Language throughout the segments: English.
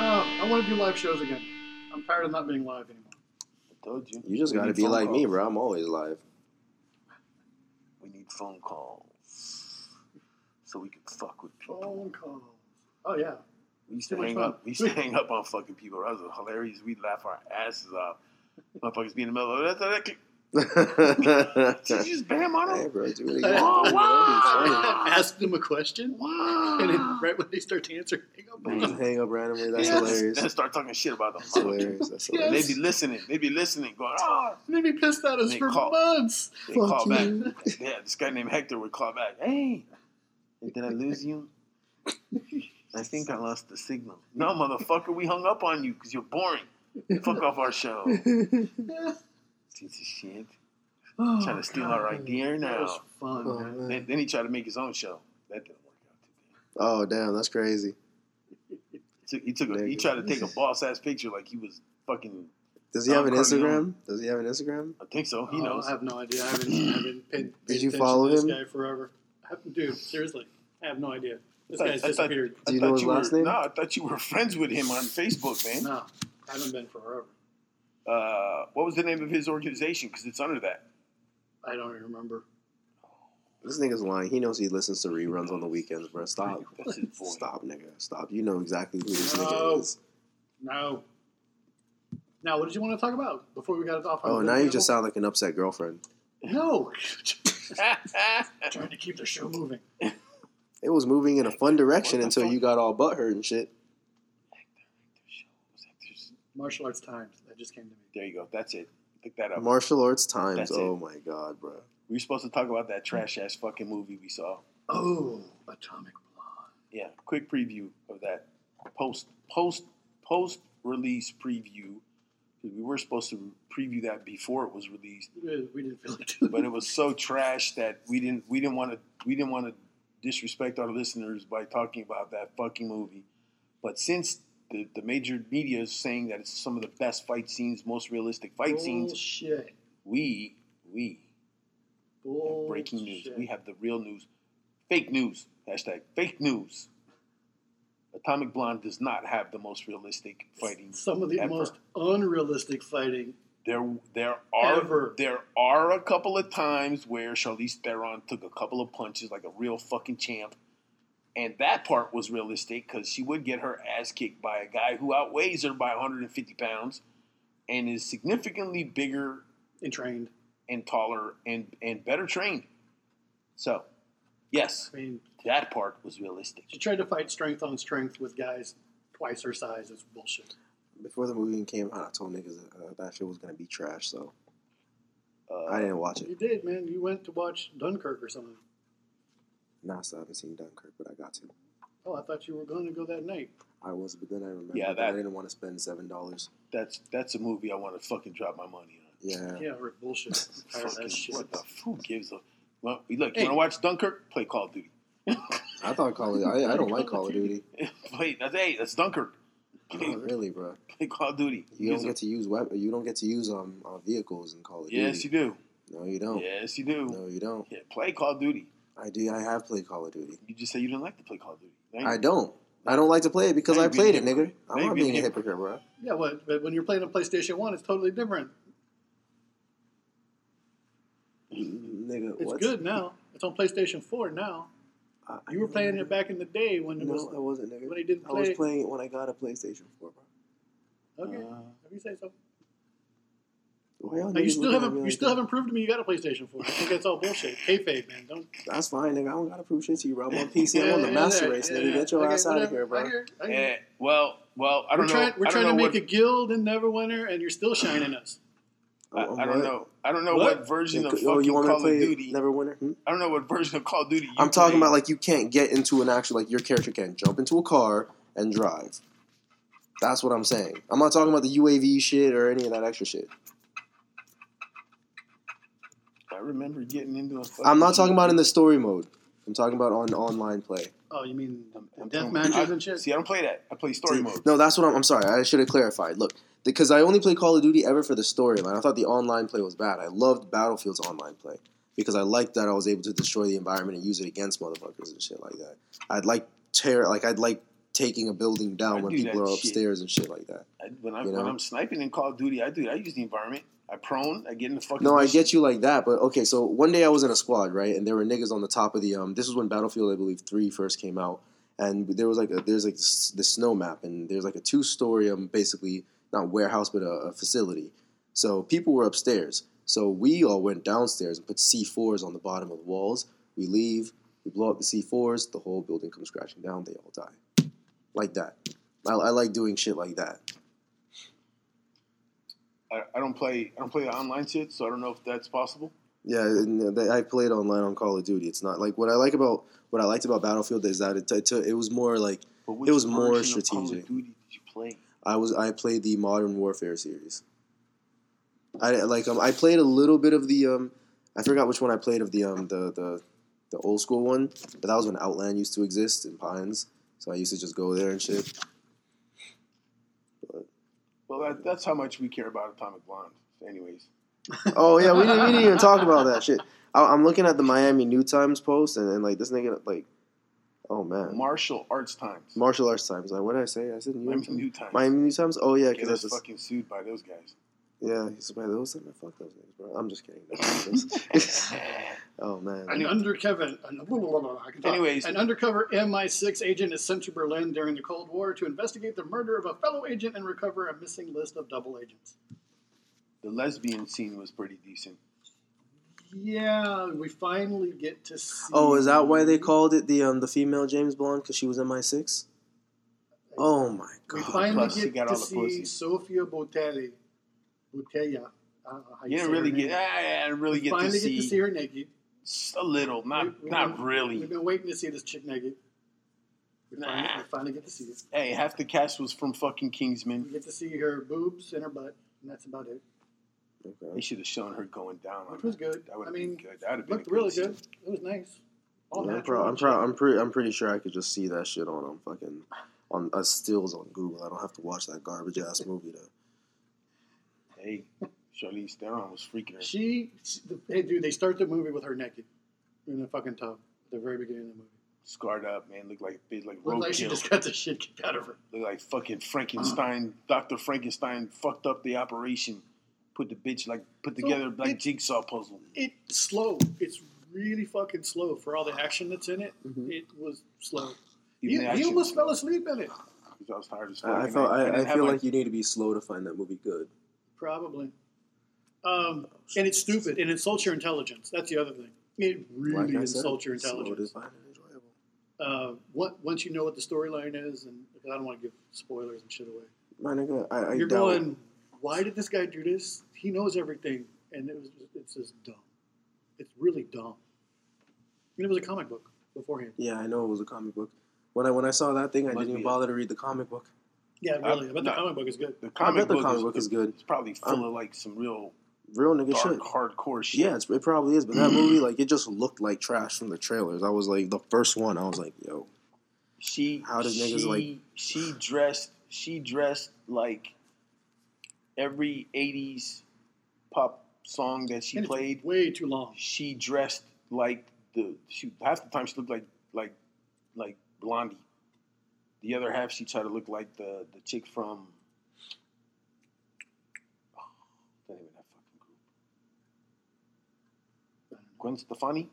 Uh, do live shows again. I'm tired of not being live anymore. I told you. You just We got to need be phone like me, calls. bro. I'm always live. We need phone calls so we can fuck with people. Phone calls. Oh yeah. We used Too to much hang fun. up. We used to hang up on fucking people. That was hilarious. We'd laugh our asses off. Motherfuckers be in the middle of that. Did you hey, just bam on them? bro, do it again. Wow, wow. Ask them a question, and then Wow. right when they start to answer, hang up. You just hang up randomly. That's Yes. hilarious. Then That's start talking shit about them. hilarious. Yes. That's They hilarious. be listening. They be listening, going, oh, They be pissed at us They for call- months. They Fuck call you. back. Yeah, this guy named Hector would call back. Hey, did I lose you? I think I lost the signal. No, motherfucker, we hung up on you because you're boring. Fuck off our show. Yeah. Piece of shit. Oh, Trying to steal God. our idea That was now. fun. Oh, man. man. Then, then he tried to make his own show. That didn't work out too good. Oh, damn. That's crazy. He took, he, took a, he tried to take a boss ass picture like he was fucking. Does he Oh, have an Carmelo. Instagram? Does he have an Instagram? I think so. He Oh, knows. I have no idea. I haven't, I haven't paid, paid you attention follow to this him? guy forever. I haven't- dude, seriously, I have no idea. This I- guy's I thought- disappeared. Do you I know thought his were, last name? No, I thought you were friends with him on Facebook, man. No, I haven't been forever. Uh, what was the name of his organization? Because it's under that. I don't even remember. This nigga's lying. He knows he listens to reruns on the weekends, bro. Stop. That's his boy. Stop, nigga. Stop. You know exactly who this No. nigga is. No. Now, what did you want to talk about before we got off? on Oh, a good now you ramble? just sound like an upset girlfriend. no. Trying to keep the show moving. It was moving in a fun direction What the until fuck? you got all butthurt and shit. Martial arts times. That just came to me. There you go. That's it. Pick that up. Martial arts times. That's oh it. my god, bro. We were supposed to talk about that trash ass fucking movie we saw. Oh, Atomic Blonde. Yeah, quick preview of that post post post release preview. 'Cause We were supposed to preview that before it was released, We didn't- We didn't feel like doing but it was so trash that we didn't we didn't want to we didn't want to disrespect our listeners by talking about that fucking movie. But since the, the major media is saying that it's some of the best fight scenes, most realistic fight scenes, Bullshit. we we have Bullshit. breaking news. We have the real news. Fake news. Hashtag fake news. Atomic Blonde does not have the most realistic fighting. some of the ever. most unrealistic fighting. There, there are Ever. there are a couple of times where Charlize Theron took a couple of punches like a real fucking champ, and that part was realistic because she would get her ass kicked by a guy who outweighs her by 150 pounds, and is significantly bigger and trained. and taller and and better trained. So Yes, I mean, that part was realistic. she tried to fight strength on strength with guys twice her size. It's bullshit. Before the movie even came out, I told niggas uh, that shit was gonna be trash, so Uh, I didn't watch it. You did, man. You went to watch Dunkirk or something. Nah, so I haven't seen Dunkirk, but I got to. Oh, I thought you were going to go that night. I was, but then I remembered Yeah, that I that- didn't want to spend seven dollars. that's that's a movie I want to fucking drop my money on. Yeah. Yeah, or bullshit. I'm tired of Fucking that shit. what the f- who gives a well? Look, Hey. you want to watch Dunkirk? Play Call of Duty. I thought Call of I, I don't like Call of Duty. play that's hey, that's Dunkirk. Play, Not really, bro. play Call of Duty. You Gives don't a- get to use weapon. You don't get to use um uh, vehicles in Call of yes, you Duty. do. No, you don't. Yes, you do. No, you don't. Yeah, play Call of Duty. I do. I have played Call of Duty. You just say you didn't like to play Call of Duty. Now you- I don't. I don't like to play it because Now I you're being played a it, nigga. hypocrite. Now I'm you're not being being a a hypocrite, bro. Yeah, what? But when you're playing on PlayStation One, it's totally different. Nigga, It's what? good now. It's on PlayStation Four now. I- I You were playing it don't- back in the day when it No, was I wasn't, nigga. when they didn't I was play. playing it when I got a PlayStation 4, bro. okay, Uh, if you say so. Why y'all Now, you niggas still looking at me haven't. You like still that? haven't proven to me you got a PlayStation Four. I think that's all bullshit. Kayfabe, man. Don't. That's fine, nigga. I don't gotta prove shit to you, bro. I'm on PC. I'm on the Yeah, master yeah, race, yeah, nigga. yeah. Get your Okay, ass out of whatever. here, bro. I hear- I hear. eh, well, well, I don't we're trying, know. we're I don't trying to know make what, a guild in Neverwinter, and you're still shining us. I, I'm- I I'm don't what? know. I don't know What? what, version of Yeah, fucking oh, you want me to Call of play Duty. Neverwinter? Hmm? I don't know what version of Call of Duty. You I'm talking played. about like you can't get into an actual like your character can't jump into a car and drive. That's what I'm saying. I'm not talking about the UAV shit or any of that extra shit. I remember getting into a. Fucking I'm not talking about in the story mode. I'm talking about on online play. Oh, you mean I'm- I'm death telling- matches I- and shit? See, I don't play that. I play story See, mode. No, that's what I'm. I'm sorry. I should have clarified. Look, because I only play Call of Duty ever for the storyline. I thought the online play was bad. I loved Battlefield's online play because I liked that I was able to destroy the environment and use it against motherfuckers and shit like that. I'd like tear like I'd like taking a building down I when do people that are shit. upstairs and shit like that. I, when I'm You when know? I'm sniping in Call of Duty, I do. I use the environment. I prone. I get in the fucking. No, I bush. get you like that, but okay. So one day I was in a squad, right, and there were niggas on the top of the um. This was when Battlefield, I believe, three first came out, and there was like a, there's like this, this snow map, and there's like a two story um basically not warehouse but a, a facility. So people were upstairs. So we all went downstairs and put C fours on the bottom of the walls. We leave, we blow up the C fours, the whole building comes crashing down. They all die, like that. I, I like doing shit like that. I, I don't play. I don't play the online shit, so I don't know if that's possible. Yeah, and they- I played online on Call of Duty. It's not like what I like about what I liked about Battlefield is that it, it, it was more like But which It was more version of Call strategic. of Duty did you play? I was I played the Modern Warfare series. I like um, I played a little bit of the um I forgot which one I played of the um the the the old school one, but that was when Outland used to exist in Pines, so I used to just go there and shit. Well, that, that's how much we care about Atomic Blonde. Anyways, Oh yeah, we didn't, we didn't even talk about that shit. I, I'm looking at the Miami New Times post and, and like this nigga like, oh man, martial arts times. martial arts times. Like what did I say? I said New I Times. mean, new times. Miami New Times? Oh yeah, Get because us that's just, fucking sued by those guys. yeah. He's like, those man, fuck those niggas, bro. I'm just kidding. oh man, An undercover, an, I can talk. Anyways. an undercover MI6 agent is sent to Berlin during the Cold War to investigate the murder of a fellow agent and recover a missing list of double agents. The lesbian scene was pretty decent. Yeah, we finally get to see. Oh, is that why they called it the um the female James Blonde because she was in my six? Oh my We god. finally plus she get got to all the see pussy. Sofia Botelli. Botella. I don't know how say You didn't her really name. get. I I didn't really We get to finally get to see see her naked. s- a little, not We- we- not We've really. been waiting to see this chick naked. We finally, Nah. we finally get to see it. Hey, half the cast was from fucking We Kingsman. get to see her boobs and her butt, and that's about it. They should have shown her going down. on Which was that. good. That I would have mean, been good. That would have been a Looked really scene. good. It was nice. All Yeah, I'm natural. proud. I'm proud. I'm pretty. I'm pretty sure I could just see that shit on um fucking on uh, stills on Google. I don't have to watch that garbage ass movie to Hey, Charlize Theron was freaking her. She, she the, hey, dude, they start the movie with her naked in the fucking tub at the very beginning of the movie. scarred up, man. Looked like a big, like Looked like she roadkill. just Uh-huh. got the shit kicked out of her. Looked like fucking Frankenstein. Doctor Frankenstein fucked up the operation. Put the bitch like put together like it- jigsaw puzzle. It's slow. It's really fucking slow for all the action that's in it. Mhm. It was slow. Even You, the you action almost was- fell asleep in it. because I was tired as fuck. I, I and felt. didn't I, I have feel my- like you need to be slow to find that movie good. Probably. Um, and it's stupid and insults your intelligence. That's the other thing. It really Like I said, insults your so it intelligence. is fine and enjoyable. Uh, what, once you know what the storyline is, and because I don't want to give spoilers and shit away. My nigga, I, I You're doubt. going, why did this guy do this? He knows everything, and it was it's just dumb. It's really dumb. And it was a comic book beforehand. Yeah, I know it was a comic book. When I when I saw that thing, I Must didn't be even it. bother to read the comic book. Yeah, Uh, really. but the no. comic book is good. The I comic bet the book, comic is, book is good. it's probably full of like some real Real nigga dark, shit. hardcore shit. Yeah, it's, it probably is. But that movie, like, it just looked like trash from the trailers. I was like, the first one, I was like, yo, She How does niggas she, like- she dressed she dressed like every eighties pop song that she And it's played. way too long. She dressed like the she half the time she looked like like like Blondie. The other half she tried to look like the the chick from oh, the name of that fucking group. Gwen Stefani?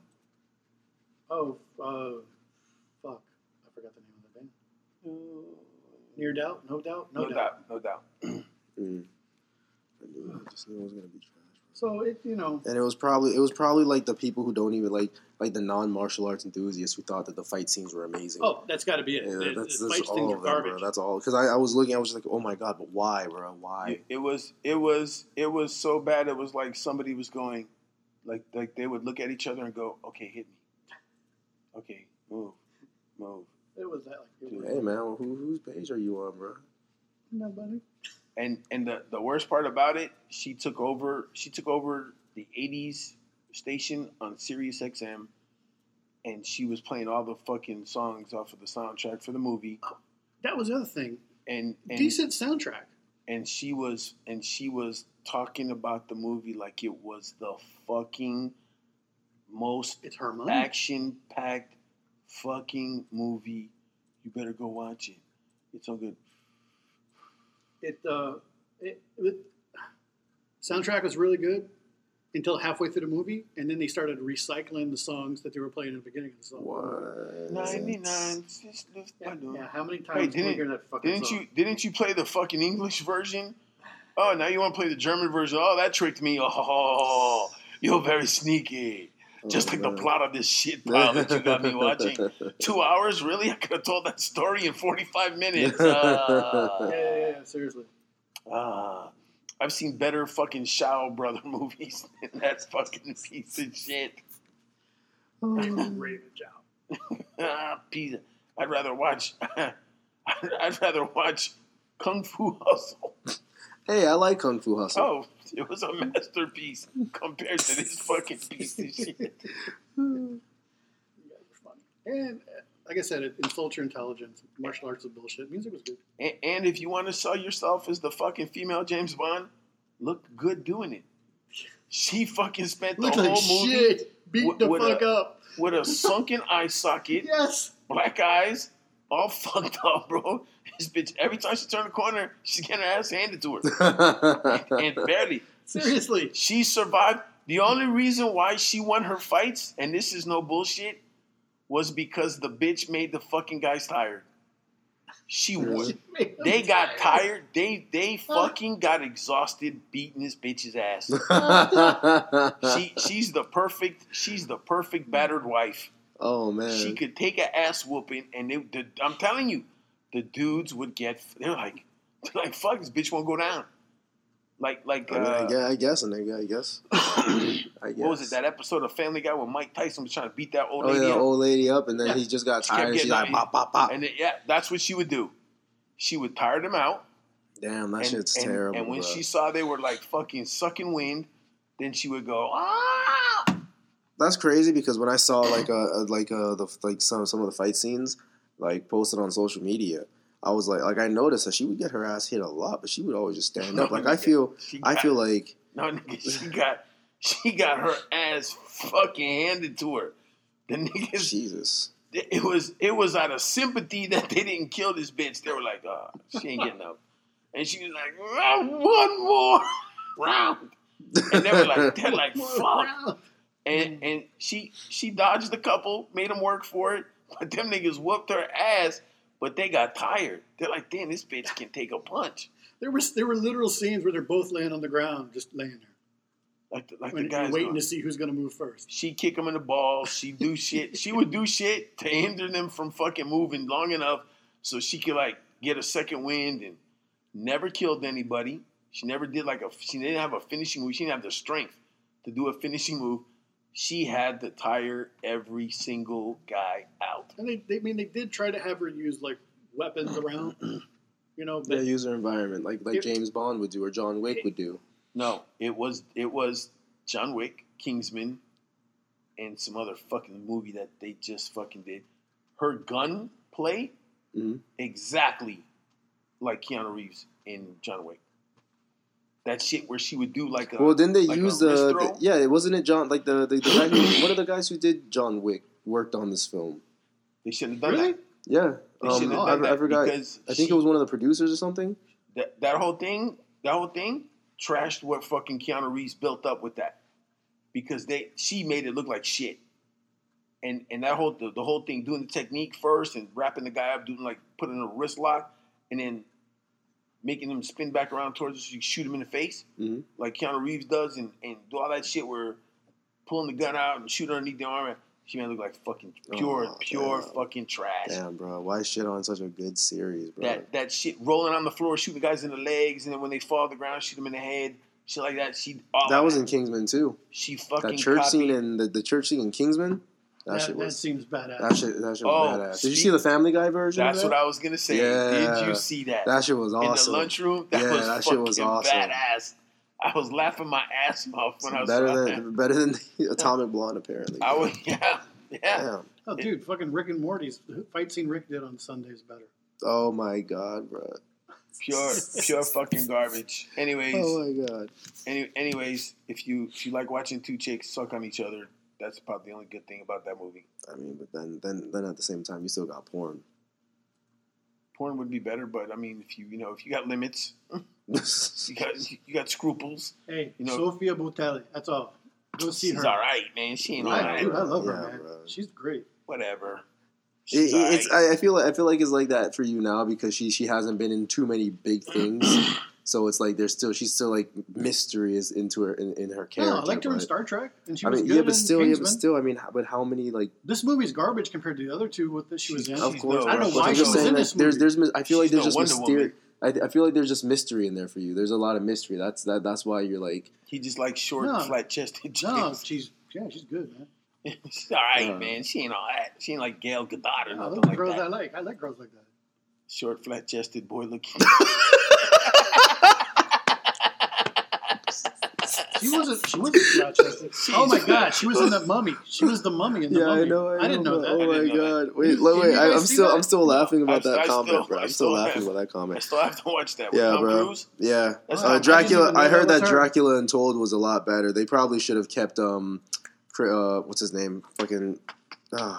Oh, uh, fuck! I forgot the name of the band. Near doubt, no doubt, Uh, no, No, doubt. doubt, no doubt. mm. I knew it. I just knew it was gonna be trash. So it, you know, And it was probably it was probably like the people who don't even like like the non martial arts enthusiasts who thought that the fight scenes were amazing. oh, that's got to be it. yeah, the, that's, the that's fight all things of are them, bro. garbage. That's all. Because I, I was looking, I was just like, oh my god, but why, bro? Why? It, it was it was it was so bad. It was like somebody was going, like like they would look at each other and go, "Okay, hit me. Okay, move, move." It was that like it was, Hey man, who, whose page are you on, bro? nobody. And and the the worst part about it, she took over. She took over the '80s station on Sirius XM, and she was playing all the fucking songs off of the soundtrack for the movie. That was the other thing. And, and Decent soundtrack. and she was and she was talking about the movie like it was the fucking most It's her money. action packed fucking movie. You better go watch it. It's so good. it, uh, it, it soundtrack was really good until halfway through the movie, and then they started recycling the songs that they were playing at the beginning of the song. What? Ninety nine. Just lift my Yeah, door. yeah, how many times did we didn't- hear that fucking Didn't song? you didn't you play the fucking English version? Oh, now you want to play the German version? Oh, that tricked me. Oh, you're very sneaky. Just Oh, like man. the plot of this shit pile that you got me watching. Two hours? Really? I could have told that story in 45 minutes. Ah. Yeah, yeah, yeah, seriously. Ah. I've seen better fucking Shaw Brother movies than that fucking piece of shit. Oh. Raven job. Ah, piece of- I'd rather watch. I'd rather watch Kung Fu Hustle. hey, I like Kung Fu Hustle. Oh, it was a masterpiece compared to this fucking piece of shit. Hmm. You guys are funny. And uh, like I said, it insults your intelligence. Martial arts is bullshit. Music was good. And, and if you want to sell yourself as the fucking female James Bond, look good doing it. She fucking spent the Looked whole like movie shit. Beat What- the what, fuck uh, up. with a sunken eye socket, Yes. black eyes, all fucked up, bro. This bitch, every time she turned a corner, she's getting her ass handed to her. Oh. and barely. Seriously. She survived. The only reason why she won her fights, and this is no bullshit, was because the bitch made the fucking guys tired. She was. Really? They got tired. They they fucking got exhausted beating this bitch's ass. She she's the perfect she's the perfect battered wife. oh man, She could take an ass whooping, and they, the, I'm telling you, the dudes would get. They're like, they're like, fuck this bitch won't go down. Like like I, mean, I uh, guess, I guess, nigga, I guess. I guess. what was it? That episode of Family Guy where Mike Tyson was trying to beat that old Oh yeah, lady the up, old lady up, and then Yeah. he just got She kept tired. and She's getting like, pop, pop, pop. and it, yeah, that's what she would do. She would tire them out, Damn, that and, shit's and- terrible. and when bruh. she saw they were like fucking sucking wind, then she would go ah. That's crazy because when I saw like uh uh, like uh the like some some of the fight scenes like posted on social media, I was like like I noticed that she would get her ass hit a lot, but she would always just stand up. Like I feel She I got- feel like no nigga. She got she got her ass fucking handed to her. The niggas Jesus. it was it was out of sympathy that they didn't kill this bitch. They were like, oh, she ain't getting up. And she was like, "Ah, one more round. And they were like, they're like, fuck. And and she she dodged a couple, made them work for it, but them niggas whooped her ass, but they got tired. They're like, damn, this bitch can take a punch. There was there were literal scenes where they're both laying on the ground, just laying there. Like the, like the And guy's you're waiting going- to see who's going to move first. She kick him in the balls. She do shit. She would do shit to hinder them from fucking moving long enough so she could like get a second wind and never killed anybody. She never did like a. She didn't have a finishing move. She didn't have the strength to do a finishing move. She had to tire every single guy out. And they, they I mean they did try to have her use like weapons around, you know. Yeah, But user environment, like like It- James Bond would do or John Wick would do. No, it was it was John Wick, Kingsman, and some other fucking movie that they just fucking did. Her gun play Mhm. exactly like Keanu Reeves in John Wick. That shit where she would do like a Well, didn't they like a use wrist the, throw? the- yeah? It wasn't it John like the the, the guy who, one of the guys who did John Wick worked on this film. they shouldn't have done Really? that. Yeah, They um, shouldn't have I, done that I forgot. because I think it was one of the producers or something. that, that whole thing, that whole thing trashed what fucking Keanu Reeves built up with that. Because they she made it look like shit. And and that whole the, the whole thing doing the technique first and wrapping the guy up, doing like putting a wrist lock and then making him spin back around towards us, you shoot him in the face, Mhm. like Keanu Reeves does, and, and do all that shit where pulling the gun out and shooting underneath the arm. and She made it look like fucking pure, Oh, pure damn. fucking trash Damn, bro, why shit on such a good series, bro? that that shit rolling on the floor, shooting guys in the legs, and then when they fall to the ground, shoot them in the head, shit like that. She all that was in Kingsman too. she fucking That church copied. scene in the, the church scene in Kingsman. That, that, shit that, was seems badass. that shit that shit Oh, was badass. Did you see speak- the Family Guy version? That's of what that? I was gonna say. Did Yeah. you see that that shit was in awesome. the lunchroom? That Yeah, was that shit fucking was awesome. badass. I was laughing my ass off when I was better watching than better than Atomic Blonde apparently. that. I was yeah yeah. Damn. oh, dude, fucking Rick and Morty's the fight scene Rick did on Sunday's better. Oh my god, bro. Pure, pure fucking garbage. Anyways, Oh my god. any, anyways, if you if you like watching two chicks suck on each other, that's probably the only good thing about that movie. I mean, but then then then at the same time, you still got porn. Porn would be better, but I mean, if you you know if you got limits, you She's got you got scruples. Hey, You know- Sophia Buttelli, that's all. Go see She's her. all right, man. She ain't all I, right. dude, I love her, Yeah, man. bro. She's great. Whatever. It, She's all it's right. I, I feel like I feel like it's like that for you now because she she hasn't been in too many big things, so it's like there's still she's still like mystery is into her in, in her character. No, I liked her in but- Star Trek, and she I was mean, good yeah, but in still, yeah, Kingsman. but still, I mean, how- but how many like? This movie's garbage compared to the other two with that she was in. She's- Of she's course, no I don't know Russian why I'm she just was doll. saying in like, this there's movie. there's mis- I feel like She's there's no just Wonder mystery. Woman. I, I feel like there's just mystery in there for you. There's a lot of mystery. That's that that's why you're like He just like short, No. flat chested chicks. No, she's yeah, she's good, man. she's all right, No. man. She ain't all that. She ain't like Gail Godot No, or nothing those are like girls that. I like. I like girls like that. Short, flat chested boy looking. She wasn't. She wasn't flat chested. Oh my She's- god, she was in the mummy. She was the mummy in the yeah, mummy. I know. I, didn't know, know but- that. I Oh didn't my know god! Wait, Did wait, wait. you I, guys I'm see still, that? I'm still laughing about I- that I comment, still- bro. I I'm still still laughing have- about that I comment. still have to watch that. With Yeah, Tom bro. Cruise. Yeah, That's uh, Wow. I not didn't even Dracula. know I that heard was that her. Dracula Untold was a lot better. They probably should have kept um, Cr- uh, what's his name? Fucking, uh,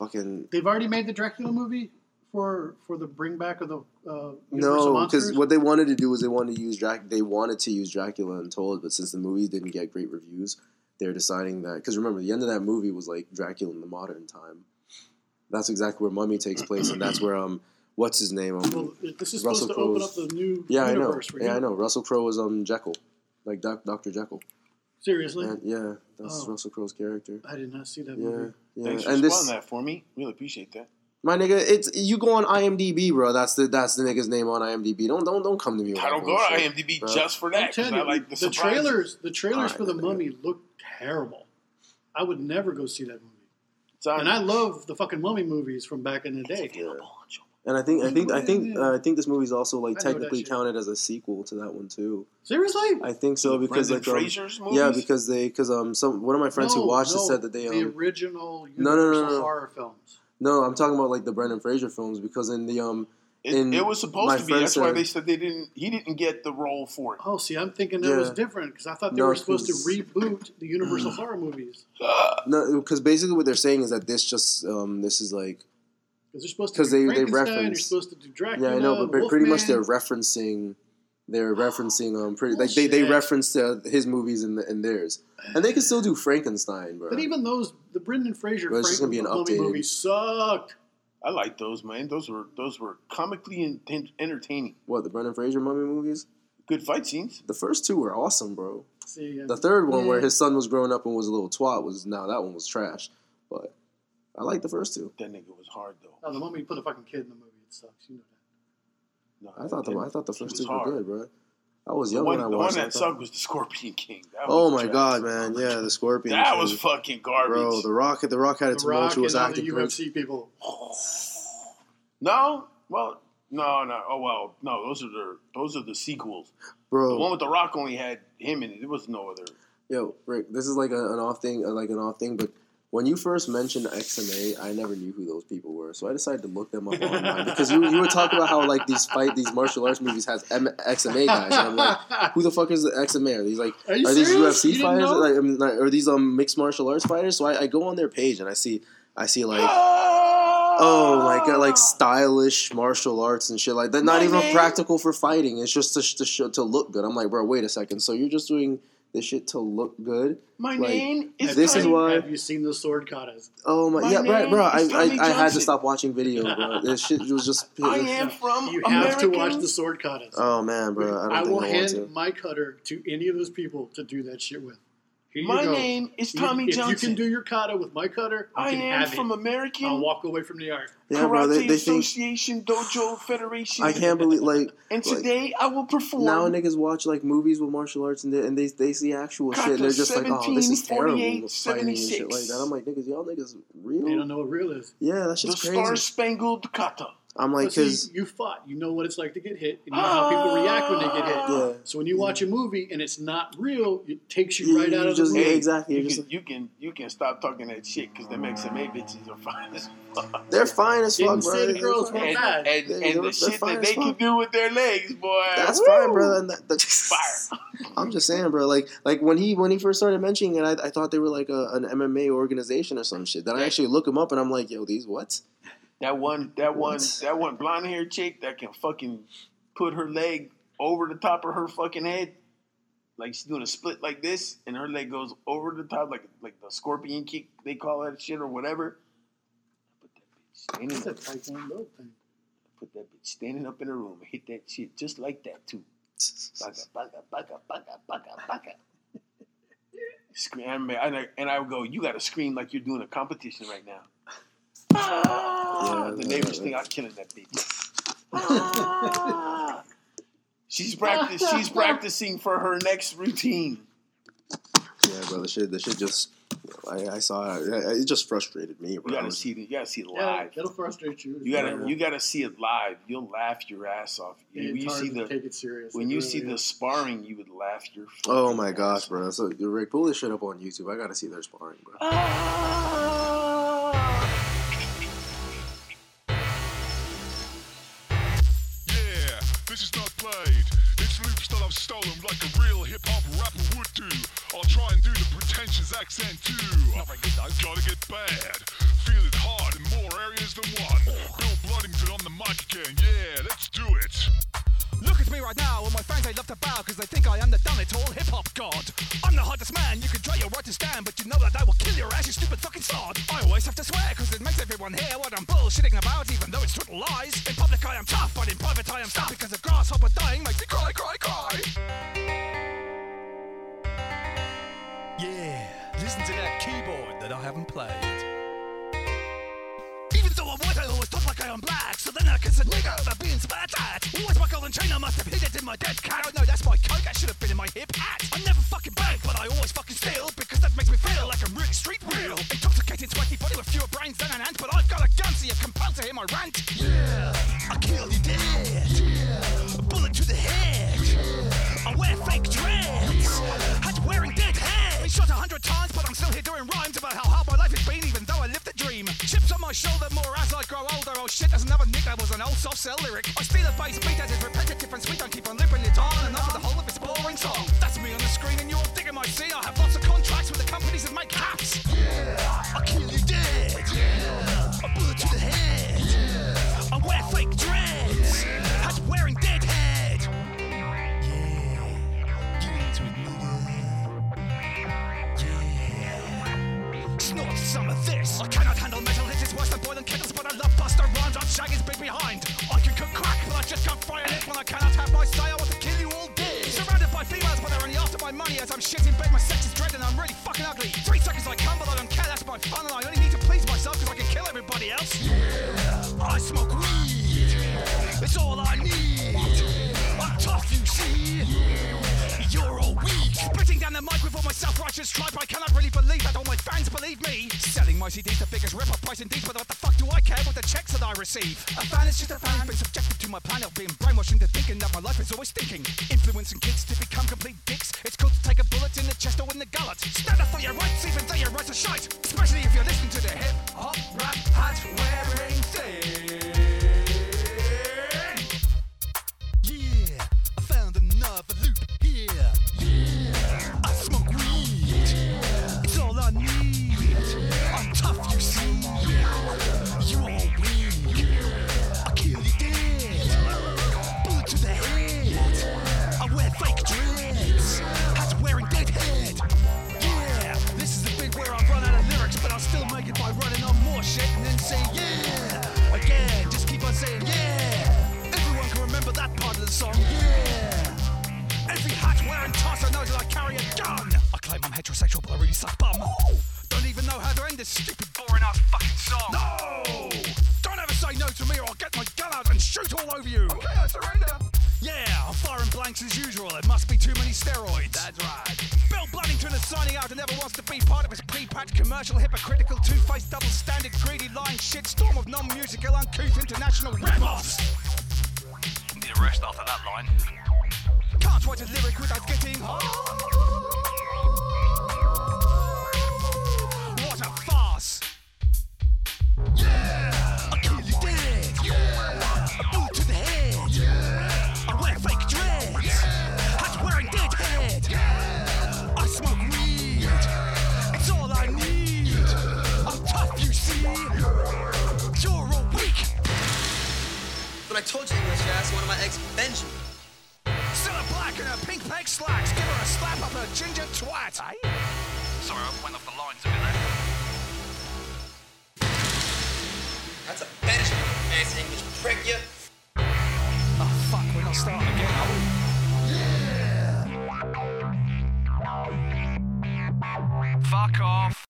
fucking. They've already made the Dracula movie for for the bring back of the uh, Universal No, Monsters. because what they wanted to do was they wanted to use Drac. They wanted to use Dracula Untold, but since the movie didn't get great reviews, they're deciding that. Because remember, the end of that movie was like Dracula in the modern time. That's exactly where Mummy takes place, and that's where um, what's his name? Um, Well, this is Russell supposed to open up Crowe's- the new yeah, I know. universe for you. Yeah, I know. Russell Crowe was um Jekyll, like Doc- Dr. Jekyll. Seriously, And, yeah, that's Oh. Russell Crowe's character. I did not see that Yeah, movie. yeah. Thanks for And spoiling this, that for me. Really appreciate that. my nigga, it's you go on IMDb, bro. That's the that's the nigga's name on IMDb. Don't don't don't come to me. with I don't that go to bullshit. IMDb bro. just for I'm that. 'cause telling I you, like the, the surprises. trailers. The trailers Alright, for the then. Mummy look terrible. I would never go see that movie. It's Ah, on- And I love the fucking Mummy movies from back in the It's day. available on Showtime. And I think I think I think Yeah. uh, I think this movie's also like I know that technically shit. counted as a sequel to that one too. Seriously? I think so because Brendan like um, Fraser's movies. yeah because they because um some one of my friends who No, watched it no, said that they the um original No, no, no, Universal no, no. horror films. no I'm talking about like the Brendan Fraser films because in the um It, in it was my uh, supposed to be. friend That's why said- they said they didn't. He didn't get the role for it. Oh, see, I'm thinking that was Yeah. different because I thought they No, were supposed to 'cause- reboot the Universal horror movies no because basically what they're saying is that this just um this is like because they're supposed to 'Cause do they- they Frankenstein. You're reference- supposed to do Dracula. Yeah, I know, but pre- pretty much they're Wolfman. referencing. They're referencing um pretty like they they Bullshit. reference uh, his movies and in theirs, and they can still do Frankenstein, bro. But even those, the Brendan Fraser Well, it's just gonna be Franklin an Mummy updated- movie sucked. I like those, man. Those were those were comically en- entertaining. what the Brendan Fraser mummy movies? good fight scenes. The first two were awesome, bro. See, and The third one, where Yeah. his son was growing up and was a little twat, was now that one was trash. But I like the first two. That nigga was hard though. oh, the moment you put a fucking kid in the movie, it sucks. You know that. No, I thought the that- I thought the he first two was hard. were good, bro. I was The young one, when I the watched one it, I that thought- sucked was the Scorpion King. That Oh was my trash. god, man! Yeah, the scorpion. That thing. was fucking garbage. bro. The Rock, the Rock had a The Rock and tumultuous all the acting career. UFC people. No, well, no, no. Oh well, no. Those are the those are the sequels. The one Bro, with the Rock only had him in it. There was no other. yo, Rick, this is like a, an off thing, uh, like an off thing. But when you first mentioned XMA, I never knew who those people were, so I decided to look them up online because you, you were talking about how like these fight, these martial arts movies has M- XMA guys, and I'm like, who the fuck is the XMA? Are these like are you are these serious? You UFC didn't fighters? know? Like, I mean, like, are these um mixed martial arts fighters? So I, I go on their page and I see I see like oh my god like stylish martial arts and shit like that. Not My even name- practical for fighting. It's just to sh- to, sh- to look good. I'm like, bro, wait a second. So you're just doing this shit to look good? My like, name is. Have this you- is Tiny- why- Have you seen the sword katas? Oh my, My yeah, right, name bro. I, is Tommy I, I had to Johnson. stop watching video, bro. This shit was just. I am from. You have to American- watch the sword katas. Oh man, bro. I don't I think will I want hand to. my cutter to any of those people to do that shit with. Here you My go. name is You- Tommy if you Johnson. can do your kata with my cutter, you I can am have from it. I'll American walk away from the art. Yeah, Karate bro. They, they think Association Dojo Federation. I can't believe like And like- today I will perform. now niggas watch like movies with martial arts and they, and they they see actual Got shit and they're the just like, oh, this is 17, terrible 48, with fighting and shit 76. like that. I'm like, niggas, y'all niggas They don't real? know what real is. Yeah, that the shit's crazy. Star Spangled Kata. I'm like, But see, cause you fought. You know what it's like to get hit, and you know how people react when they get hit. yeah, So when you watch a movie and it's not real, it takes you You- right out you of just- the movie. yeah, exactly. You You're can, just- you can you can stop talking that shit because them XMA bitches are fine as fuck. they're fine as Didn't fuck, bro. say the They're girls fine. were- And, bad. and, They- and they're- the shit they're fine that as they can fuck. do with their legs, boy. That's Woo! fine, brother. And that, that- Fire. I'm just saying, bro. Like, like when he when he first started mentioning it, I, I thought they were like a, an MMA organization or some shit. Then I actually look them up and I'm like, yo, these what? That one that one What? that one blonde haired chick that can fucking put her leg over the top of her fucking head. Like she's doing a split like this, and her leg goes over the top, like like the scorpion kick they call that shit or whatever. Put that bitch standing It's a up. Taekwondo thing. Put that bitch standing up in the room and hit that shit just like that too. Baka, baka, baka, baka, baka, baka. Scream, and I- and I, and I would go, you got to scream like you're doing a competition right now. Ah, the yeah, neighbors yeah. think I'm killing that bitch. Ah. she's practice. She's practicing for her next routine. Yeah, bro. The shit, the shit just. I, I saw it. It just frustrated me, You bro. got to see. it- You got to see it Yeah, live. that'll frustrate you. You got to. You got to see it live. You'll laugh your ass off. You, it's you hard see to the take it serious. when It you really see is. the sparring, you would laugh your. Oh fucking my ass gosh, off. bro! So Rick, pull this shit up on YouTube. I gotta see their sparring, bro. Yeah, this is not played. It's loops that I've stolen like a real hip hop rapper would do. I'll try and do the pretentious accent too. Not very good though. Gotta get bad. Feel it hard in more areas than one. Bill Bloodington on the mic again. Yeah, let's do it. Look at me right now, and my fans they love to bow because they think I am the done it all hip hop god. I'm the hardest man, you can try your right to stand, but you know that I will kill your ass, you stupid fucking sod. I always have to swear because it makes everyone hear what I'm bullshitting about, even though it's total lies. In public I am tough, but in private I am stuck because a grasshopper dying makes me cry, cry, cry. Yeah, listen to that keyboard that I haven't played. Even though I'm white, I always talk like I am black. So then I can say nigga for being spat at. Always my golden chain, I must have hid it in my dead cat. Oh no, that's my coke, that should have been in my hip hat. I never fucking beg, but I always fucking steal because that makes me feel like I'm really street real. Intoxicated, sweaty body with fewer brains than an ant, but I've got a gun, so you're compelled to hear my rant. Yeah, I kill you dead. Yeah, a bullet to the head. I wear fake dreads. Had wearing dead hair. Been shot a hundred times, but I'm still here doing rhymes about how hard my life has been, even though I lived the dream. Chips on my shoulder more as I grow older. Oh shit, there's another nick that was an old soft cell lyric. I steal a bass beat that is repetitive and sweet. I keep on lipping it on and on for the whole of this boring song. That's me on the screen, and you're all digging my scene. I have lots of contracts with the companies that make hats. Yeah, I kill you dead. Yeah, a bullet to the head. Yeah, I wear fake dreads. Had wearing dead head. Yeah, you need to admit it. Yeah. Snort some of this. I cannot handle metal hits, it's worse than boiling kettles, but I love buster rhymes. I'm shaggy's big behind. I can cook crack, but I just can't fry an egg when I cannot have my say. I want to kill you all dead. Surrounded by females, but they're only after my money. As I'm shit in bed, my sex is dread and I'm really fucking ugly. Three seconds I come, but I don't care, that's my fun. And I only need to please myself because I can kill everybody else. I smoke weed. It's all I need. I'm tough, you see. You're all weak. Spitting down the mic with all my self-righteous tribe. I cannot really believe that all my fans believe me. Selling my CDs the biggest ripper price indeed, but what the fuck do I care what the checks that I receive? A fan is just a fan, been subjected to my plan of being brainwashed into thinking that my life is always stinking. Influencing kids to become complete dicks. It's cool to take a bullet in the chest or in the gullet. Stand up for your rights, even though your rights are shite. Especially if you're listening to the hip hop rap hat wearing thing. Yeah, I found another loop here. Yeah, I smoke weed. It's all I need. I'm tough, you see. You're all weak. I kill you dead. Bullet to the head. I wear fake dreads. Hats wearing deadhead. Yeah, this is the bit where I run out of lyrics, but I'll still make it by running on more shit and then say yeah again. Just keep on saying yeah. Everyone can remember that part of the song. Yeah. Every hat wearing tosser knows that I carry a gun. I claim I'm heterosexual, but I really suck bum. Don't even know how to end this stupid, boring ass fucking song. No! Don't ever say no to me, or I'll get my gun out and shoot all over you. Okay, I surrender. Yeah, I'm firing blanks as usual. It must be too many steroids. That's right. Bill Blunnington is signing out and never wants to be part of his pre-patch commercial, hypocritical, two-faced, double-standard, greedy, lying shit storm of non-musical, uncouth international rip-offs. Need a rest after that line. Can't write a lyric without getting hot. What a farce! Yeah! I kill you dead! Yeah! A bullet to the head! Yeah! I wear fake dreads! Yeah! Hat wearing dead head! Yeah! I smoke weed! It's all I need! I'm tough, you see! You're all weak! But I told you English ass, one of my ex, Benjamin. Still a black and a pink peg slacks. Give her a slap up her ginger twat. Sorry, I went off the lines a bit there. That's a Benjamin, ass English prick, you. Oh,